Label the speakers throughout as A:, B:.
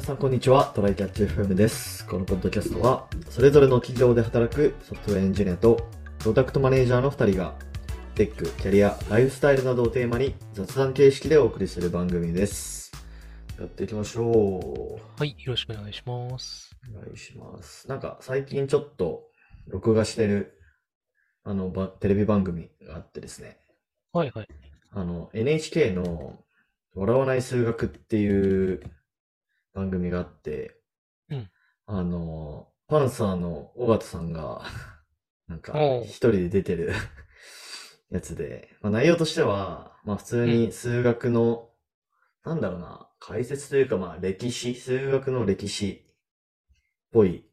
A: さんこんにちは、トライキャッチ FM です。このポッドキャストは、それぞれの企業で働くソフトウェアエンジニアと、プロダクトマネージャーの2人が、テック、キャリア、ライフスタイルなどをテーマに雑談形式でお送りする番組です。やっていきましょ
B: はい、よろしくお願いします。
A: う。お願いします。なんか最近ちょっと、録画してる、あの、ばテレビ番組があってですね、
B: はいはい。
A: あの、NHK の、笑わない数学っていう番組があって、
B: うん
A: あの、パンサーの尾形さんが、 なんか
B: おう、
A: 一人で出てる やつで、まあ、内容としては、まあ、普通に数学の、なんだろうな、解説というか、まあ、歴史、数学の歴史っぽい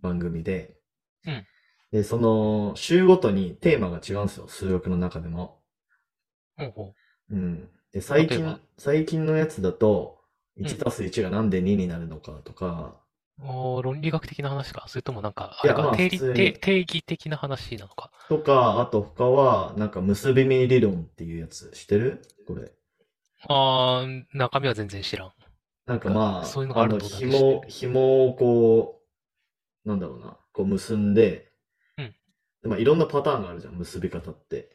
A: 番組で、
B: うん
A: で、その、週ごとにテーマが違うんですよ、数学の中でも。
B: ほうほ
A: うん。で、最
B: 例え
A: 近
B: ば、
A: 最近のやつだと、
B: ん
A: 1たす1がなんで2になるのかとか、
B: う。おー論理学的な話か。それともなんか、あ
A: い
B: れ
A: や
B: か、
A: まあ
B: 定理、
A: 普通に
B: 定、定義的な話なのか。
A: とか、あと他は、なんか結び目理論っていうやつ、知ってるこれ。
B: あー、中身は全然知らん。
A: なんかまあ、
B: そういうのがある
A: の、
B: ってことだけ知っ
A: 紐、
B: てる
A: 紐をこう、なんだろうな、こう結んで、
B: うん
A: でまあいろんなパターンがあるじゃん、結び方って。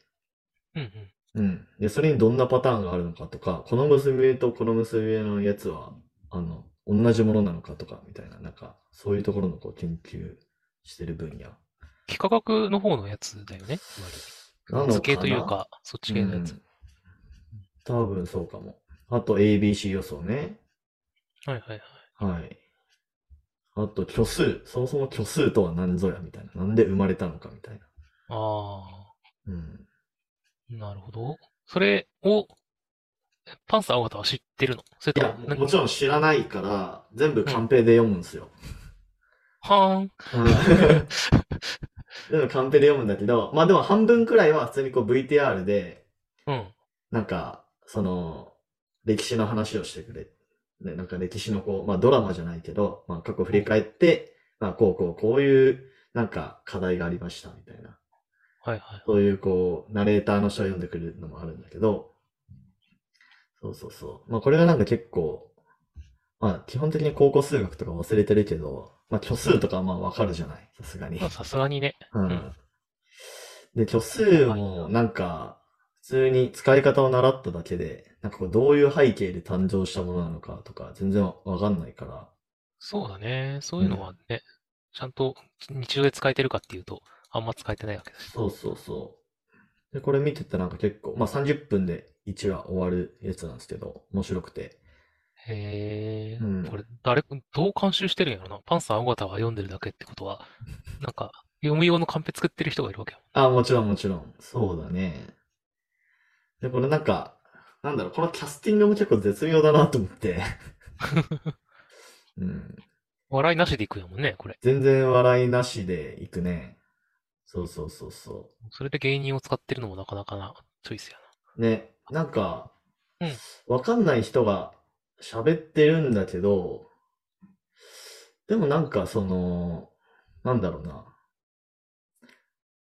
B: うんうん。
A: うん。で、それにどんなパターンがあるのかとか、この結び目とこの結び目のやつは、あの、同じものなのかとか、みたいな、なんか、そういうところのこう研究してる分野。
B: 幾何学の方のやつだよね。つまり
A: なの
B: 図形
A: か
B: という
A: な
B: か、そっち系のや
A: う
B: つ
A: ん。多分そうかも。あと ABC 予想ね。
B: はいはいはい。
A: はい。あと虚数。そもそも虚数とは何ぞや、みたいな。なんで生まれたのか、みたいな。
B: あ
A: うん。
B: ー、なるほど。それを、パンサー尾形は知ってるのそれ
A: い
B: と
A: や、
B: も、
A: も
B: なん
A: も
B: か、
A: ちろん知らないから、全部カンペで読むんですよ。
B: はーん。
A: でもカンペで読むんだけど、まあでも半分くらいは普通にこう VTR で、
B: うん。
A: なんか、その、歴史の話をしてくれ。ね、なんか歴史のこう、まあドラマじゃないけど、まあ過去振り返って、まあこうこうこういう、なんか課題がありましたみたいな。
B: はいはい。
A: そういうこう、ナレーターの人を読んでくれるのもあるんだけど、そうそうそう。まあこれがなんか結構、まあ基本的に高校数学とか忘れてるけど、まあ虚数とかはまあわかるじゃない、さすがに
B: まあ。さすがにね。
A: うんんで、虚数もなんか、普通に使い方を習っただけで、なんかこうどういう背景で誕生したものなのかとか、全然わかんないから。
B: そうだね。そういうのはね、ちゃんと日常で使えてるかっていうと、あんま使えてないわけだし。
A: そうそうそう。で、これ見てたらなんか結構、まあ30分で1話終わるやつなんですけど、面白くて。
B: へえ、
A: うん
B: これ、誰、どう監修してるんやろな。パンサー尾形が読んでるだけってこ とは、なんか、読む用のカンペ作ってる人がいるわけよ。
A: あ、もちろんもちろん。そうだね。で、これなんか、なんだろう、このキャスティングも結構絶妙だなと思 って。うん。
B: 笑いなしでいくんやもんね、これ。
A: 全然笑いなしでいくね。そうそうそうそ
B: それで芸人を使ってるのもなかなかなチョイスや
A: う。ね、なんか
B: うん、
A: わかんない人が喋ってるんだけど、でもなんかその、なんだろうな。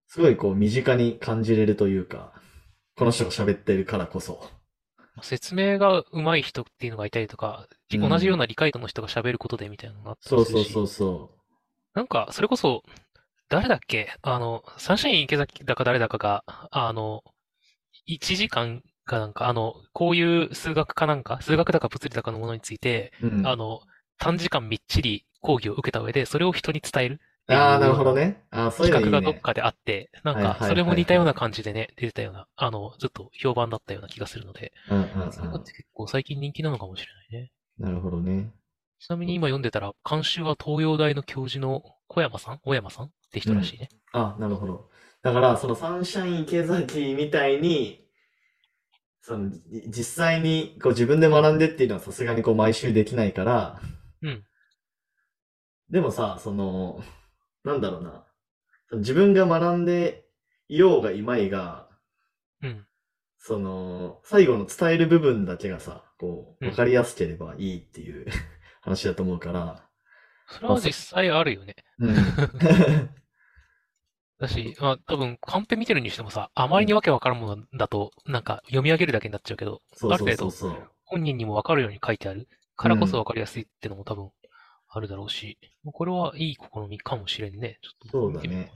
A: すごいこう身近に感じれるというか、この人が喋ってるからこそ。
B: な。まあ説明が上手い人っていうのがいたりとか、じ
A: うん
B: 同じような理解度の人が喋ることでみたいなのがあった
A: そ
B: り
A: う
B: す
A: そ
B: る
A: う
B: し
A: そうそ
B: なんか、それこそ、誰だっけあの、サンシャイン池崎だか誰だかが、あの、1時間かなんか、あの、こういう数学かなんか、数学だか物理だかのものについて、
A: う。うん。
B: あの、短時間みっちり講義を受けた上で、それを人に伝えるっていう
A: ああ、なるほどね。ああ、そうい
B: 企
A: うの
B: 画
A: いい
B: がど
A: ね
B: っ。かであって、なん
A: はいはい
B: か、
A: はい
B: それも似たような感じでね、出てたような、あの、ずっと評判だったような気がするので、
A: うんうん
B: そういうの
A: う
B: っ
A: ん。
B: て結構最近人気なのかもしれないね。
A: なるほどね。
B: ちなみに今読んでたら、監修は東洋大の教授の小山さん小山さんって人らしいね。
A: あ、なるほど。だから、そのサンシャイン池崎みたいに、その、じ実際にこう自分で学んでっていうのはさすがにこう毎週できないから、
B: うん。
A: でもさ、その、なんだろうな。自分が学んでいようがいまいが、
B: うん。
A: その、最後の伝える部分だけがさ、こう、
B: うん
A: わかりやすければいいっていう 話だと思うから、
B: それは実際あるよね。
A: うん。
B: だし、まあ多分カンペ見てるにしてもさ、あまりにわけわからんものだと、なんか読み上げるだけになっちゃうけど、
A: そうそうそうそう。
B: 本人にもわかるように書いてあるからこそ分かりやすいってのも多分あるだろうし、これはいい試みかもしれんね。ちょっと
A: そうだ
B: 見てみよ
A: ね。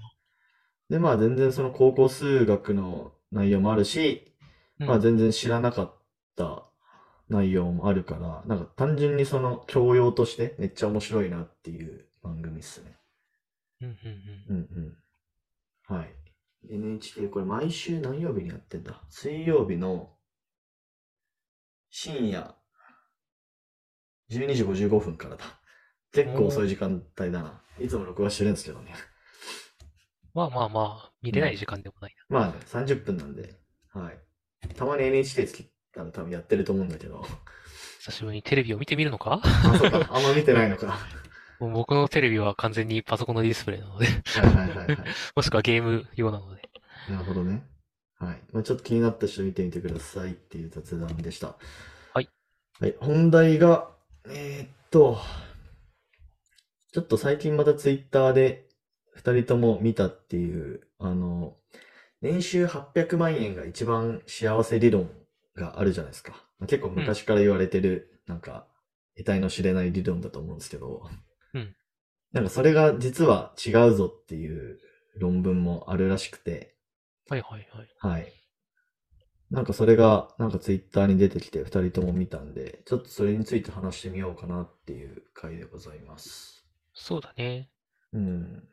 A: で、まあ全然その高校数学の内容もあるし、
B: う
A: まあ
B: うん
A: 全然知らなかった内容もあるから、なんか単純にその教養としてめっちゃ面白いなっていう番組っすね。
B: うんうん
A: うんうん。はい。NHK、これ毎週何曜日にやってんだ水曜日の深夜12時55分からだ。結構遅い時間帯だな。いつも録画してるんですけどね。
B: まあまあまあ、見れない時間でもない
A: まあね、30分なんで、はい。たまに NHK つき、あの、多分やってると思うんだけど。
B: な。久しぶりにテレビを見てみるのか
A: あ、そうか。あんま見てないのか。は
B: もう僕のテレビは完全にパソコンのディスプレイなので、
A: い はいはいはい。
B: もしくはゲーム用なので。
A: なるほどね。はい。まあ、ちょっと気になった人見てみてくださいっていう雑談でした。
B: はい。
A: はい。本題が、えーっと、ちょっと最近またツイッターで2人とも見たっていう、あの、年収800万円が一番幸せ理論があるじゃないですか。まあ結構昔から言われてる、なんか、得体の知れない理論だと思うんですけど、
B: うん
A: なんかそれが実は違うぞっていう論文もあるらしくて、
B: はいはいはい。
A: はい。なんかそれが、なんかツイッターに出てきて二人とも見たんで、ちょっとそれについて話してみようかなっていう回でございます。
B: そうだね。
A: うん。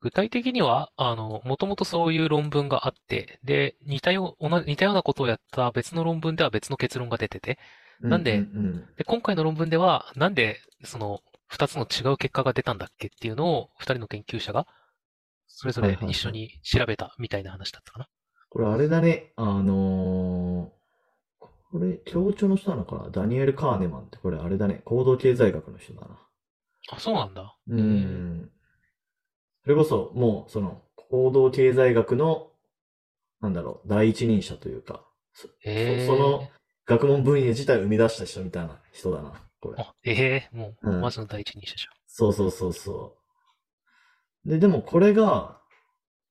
B: 具体的には、あの、もともとそういう論文があって、で、似たよう、同じ似たようなことをやった別の論文では別の結論が出てて、なんで
A: うんうんうん
B: で、今回の論文では、なんで、その、二つの違う結果が出たんだっけっていうのを、二人の研究者が、それぞ
A: は
B: れ
A: いはいはい
B: 一緒に調べたみたいな話だったかな。
A: これあれだね、あのーこれ、協調の人なのかなダニエル・カーネマンって、これあれだね、行動経済学の人だな。
B: あ、そうなんだ。
A: う
B: うん
A: ん。それこそ、もう、その、行動経済学の、なんだろう、第一人者というか、そ
B: ええ
A: そその学問分野自体を生み出した人みたいな人だな、これ。
B: あ、ええもう、
A: うん
B: マジの第一人者じ
A: そうそうそうそう。で、でもこれが、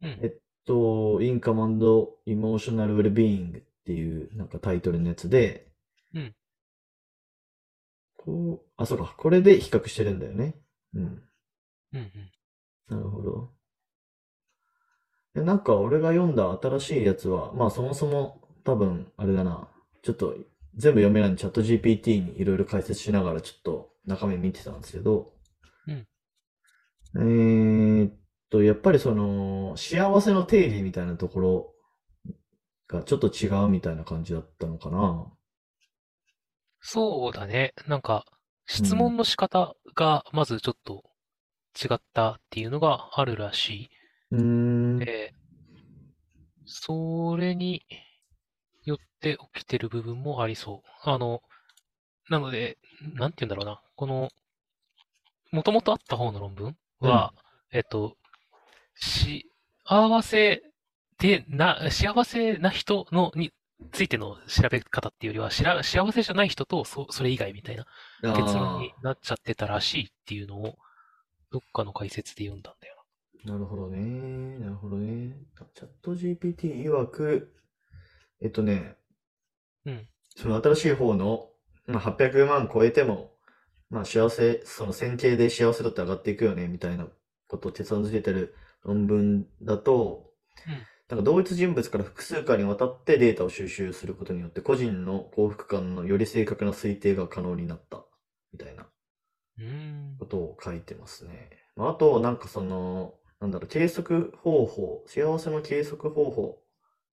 B: ゃん。うん。
A: えと、インカマンド・エモーショナル・ウェルビーイングっていうなんかタイトルのやつで、
B: うん
A: こう、あ、そうか、これで比較してるんだよね。うん。
B: うんうん。
A: なるほど。でなんか俺が読んだ新しいやつは、まあそもそも多分あれだな、ちょっと全部読めないんでチャット GPT にいろいろ解説しながらちょっと中身見てたんですけど、
B: うん
A: えーっと、やっぱりその幸せの定義みたいなところがちょっと違うみたいな感じだったのかな。
B: そうだね。なんか、質問の仕方が、まずちょっと違ったっていうのがあるらしい。
A: うーん、
B: えーそれによって起きてる部分もありそう。あの、なので、なんて言うんだろうな。この、もともとあった方の論文は、えっと、幸せでな、幸せな人のについての調べ方っていうよりは、しら幸せじゃない人とそ、それ以外みたいな
A: あー
B: 結論になっちゃってたらしいっていうのを、どっかの解説で読んだんだよ
A: なるほどね。なるほどね。チャット GPT 曰く、えっとね、
B: うん
A: その新しい方の、まあ、800万超えても、まあ幸せ、その線形で幸せだって上がっていくよね、みたいなことを結論付けてる論文だと、
B: うん
A: なんか同一人物から複数回にわたってデータを収集することによって個人の幸福感のより正確な推定が可能になった、みたいな。
B: な。うーん。
A: ことを書いてますね。まあ、あと、なんかその、なんだろう、計測方法、幸せの計測方法っ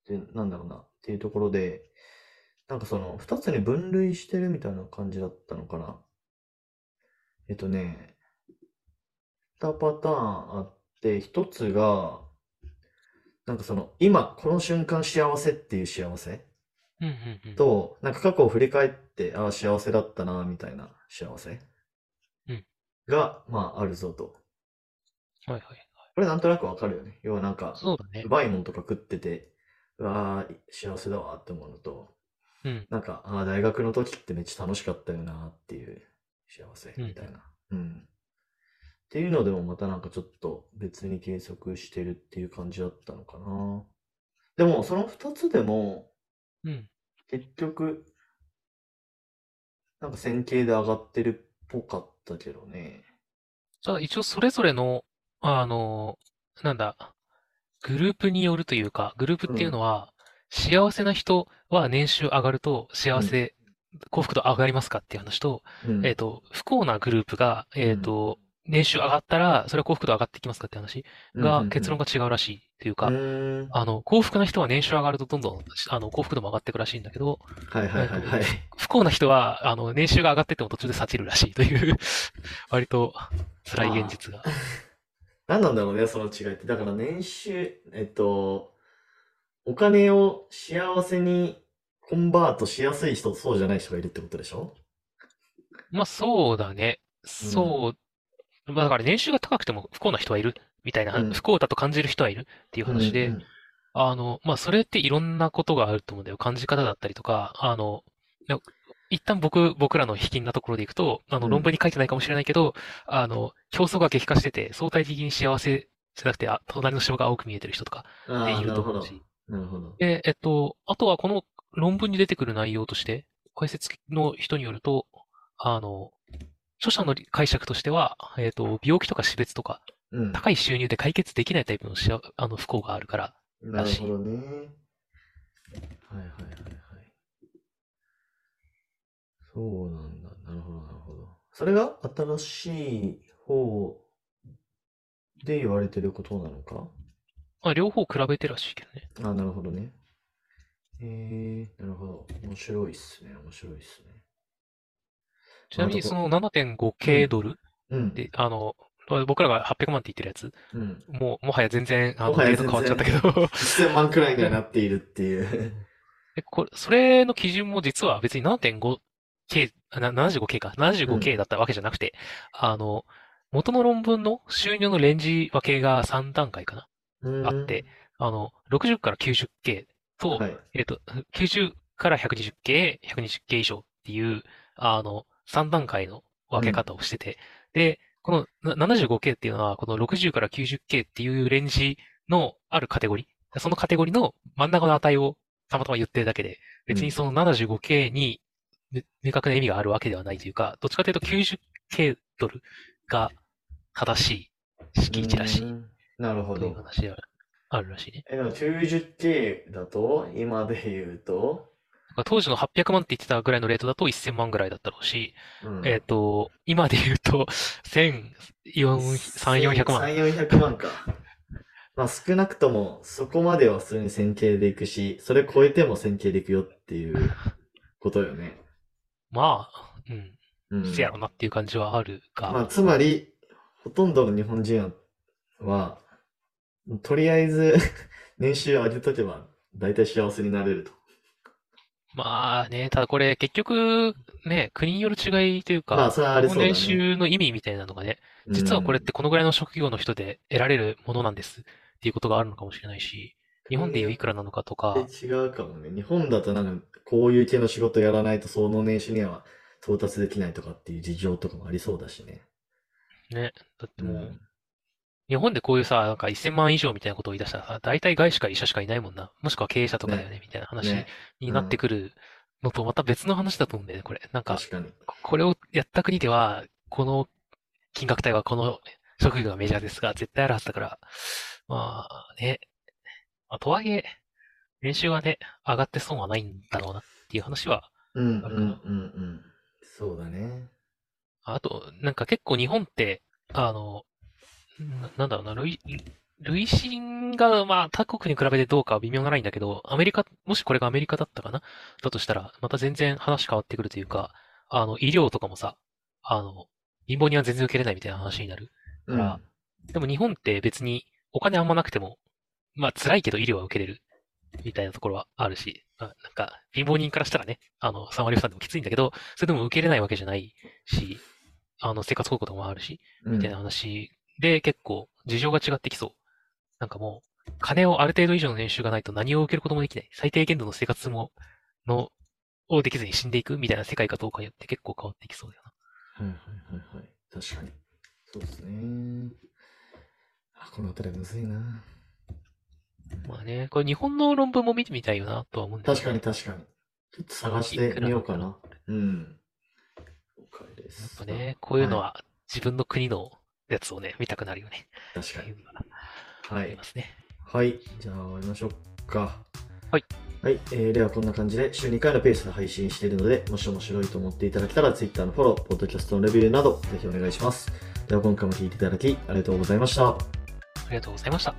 A: て、なんだろうな、っていうところで、なんかその、二つに分類してるみたいな感じだったのかな。えっとね、二パターンあって、一つが、なんかその、今、この瞬間幸せっていう幸せ。
B: うんうんうん。
A: と、なんか過去を振り返って、ああ、幸せだったな、みたいな幸せ
B: うん
A: が、まあ、あるぞと。
B: はいはい。
A: これなんとなくわかるよね。要はなんか、
B: そうだね
A: う。まいもんとか食ってて、うわあ、幸せだわって思うのと、
B: うん。
A: なんか、ああ、大学の時ってめっちゃ楽しかったよなっていう幸せみたいな。うん。っていうのでもまたなんかちょっと別に計測してるっていう感じだったのかな。でも、その二つでも、
B: うん。
A: 結局、なんか線形で上がってるっぽかったけどね。
B: じゃあ一応それぞれの、あの、なんだ、グループによるというか、グループっていうのは、幸せな人は年収上がると幸せ、幸福度上がりますかっていう話と、
A: うん
B: えっと、不幸なグループが、えっと、年収上がったら、それは幸福度上がってきますかって話が、結論
A: が
B: が違うらしいというか、
A: うん。
B: あの、幸福な人は年収上がるとどんどん、あの、幸福度も上がっていくらしいんだけど、
A: はいはいはいはい。
B: 不幸な人は、あの、年収が上がってっても途中で幸ちるらしいという、 割と辛い現実が。
A: 何なんだろうね、その違いって。だから年収、えっと、お金を幸せにコンバートしやすい人とそうじゃない人がいるってことでしょ
B: まあ、そうだね。そう。まあ、だから年収が高くても不幸な人はいる、みたいな、
A: うん
B: 不幸だと感じる人はいるっていう話で、あの、まあ、それっていろんなことがあると思うんだよ。感じ方だったりとか、あの、な一旦僕、僕らの卑近なところでいくと、あの、
A: うん
B: 論文に書いてないかもしれないけど、あの、競争が激化してて、相対的に幸せじゃなくて、あ、隣の芝が青く見えてる人とか
A: うん
B: っ
A: あ
B: て
A: あ、
B: いる
A: な
B: と
A: るほ
B: 思う
A: ど。
B: し。
A: なるほど。
B: で、えっと、あとはこの論文に出てくる内容として、解説の人によると、あの、著者の解釈としては、えっと、病気とか死別とか、
A: うん。
B: 高い収入で解決できないタイプのしあ、あの、不幸があるから、
A: なるほどね。はいはいはいはい。そうなんだ。なるほどなるほど。それが新しい方で言われてることなのか
B: まあ、両方比べてらしいけどね。
A: あ、なるほどね。えー、なるほど。面白いっすね。面白いっすね。
B: ちなみに
A: なる
B: そ
A: ほど
B: の 7.5K ドル
A: うん。
B: で、あの、僕らが800万って言ってるやつ、
A: うん。
B: もう、もはや全然、あの、
A: もはや
B: レート変わっちゃったけど、
A: 1000万くらいにはなっているっていう。
B: でこれ、それの基準も実は別に 7.5K、あな 75K か、75K だったわけじゃなくて、あの、元の論文の収入のレンジ分けが3段階かな、
A: うん
B: あって、、あの、60から 90K と、
A: はい。
B: えっと、90から 120K、120K 以上っていう、あの、3段階の分け方をしてて、で、このな 75K っていうのは、この60から 90K っていうレンジのあるカテゴリー、そのカテゴリーの真ん中の値をたまたま言ってるだけで、別にその 75K にめ明確な意味があるわけではないというか、どっちかというと 90K ドルが正しい敷地らし
A: う
B: い
A: んなるほ
B: とい
A: ど
B: う。話であるらしいね。
A: え、でも 90K だと、今で言うと、
B: まあ当時の800万って言ってたぐらいのレートだと1000万ぐらいだったろうし、
A: うん
B: えっと、今で言うと、1000、4 400万。
A: 3、400万か。まあ少なくとも、そこまでは普通に線形でいくし、それ超えても線形でいくよっていうことよね。
B: まあ、うん、
A: うん。
B: せやろなっていう感じはある
A: まあ
B: が、
A: つまり、ほとんどの日本人は、とりあえず 年収上げとけば、大体幸せになれると。
B: まあね、ただこれ結局、ね、国による違いというか、
A: まあそれはありそうだね
B: 年収の意味みたいなのがね、実はこれってこのぐらいの職業の人で得られるものなんですっていうことがあるのかもしれないし、日本でいういくらなのかとか、
A: で違うかもね。日本だとなんか、こういう系の仕事やらないと、その年収には到達できないとかっていう事情とかもありそうだしね。
B: ね、だって
A: う、
B: もうん日本でこういうさ、なんか1000万以上みたいなことを言い出したらさ、大体外資か医者しかいないもんな、もしくは経営者とかだよね、みたいな話
A: ね、
B: になってくるのとまた別の話だと思うんだよね、これ。なんか、
A: 確かに。
B: これをやった国では、この金額帯はこの職業がメジャーですが、絶対あるはずだから、まあね、まあ、とはいえ、練習はね、上がって損はないんだろうなっていう話は、
A: うんうん
B: あ
A: うん
B: る
A: う。
B: かなん
A: そうだね。
B: あと、なんか結構日本って、あの、な、なんだろうな、累、累進が、まあ、他国に比べてどうかは微妙なラインだけど、アメリカ、もしこれがアメリカだったかなだとしたら、また全然話変わってくるというか、あの、医療とかもさ、あの、貧乏人は全然受けれないみたいな話になる。
A: うん
B: あでも日本って別にお金あんまなくても、まあ辛いけど医療は受けれるみたいなところはあるし、まあ、なんか貧乏人からしたらね、あの3割負担でもきついんだけど、それでも受けれないわけじゃないし、あの生活保護とかもあるし、
A: うん
B: みたいな話で結構事情が違ってきそう。なんかもう、金をある程度以上の年収がないと何を受けることもできない。最低限度の生活も、の、をできずに死んでいくみたいな世界かどうかによって結構変わってきそうだよな。
A: はいはいはいはい。確かに。そうですね。あ、この辺りはむずいな。
B: まあね、これ日本の論文も見てみたいよなとは思うんだけど
A: 確かに確かに。ちょっと探してみようかな。うん。です。
B: やっぱね、こういうのは自分の国のやつをね、見たくなるよね。
A: 確か
B: ってい
A: に。
B: うのが
A: は
B: あり
A: い。
B: ますね。
A: はい。じゃあ終わりましょうか。
B: はい。
A: はい。えーではこんな感じで週2回のペースで配信しているので、もし面白いと思っていただけたら Twitter のフォロー、ポッドキャストのレビューなどぜひお願いします。では今回も聞いていただきありがとうございました。
B: ありがとうございました。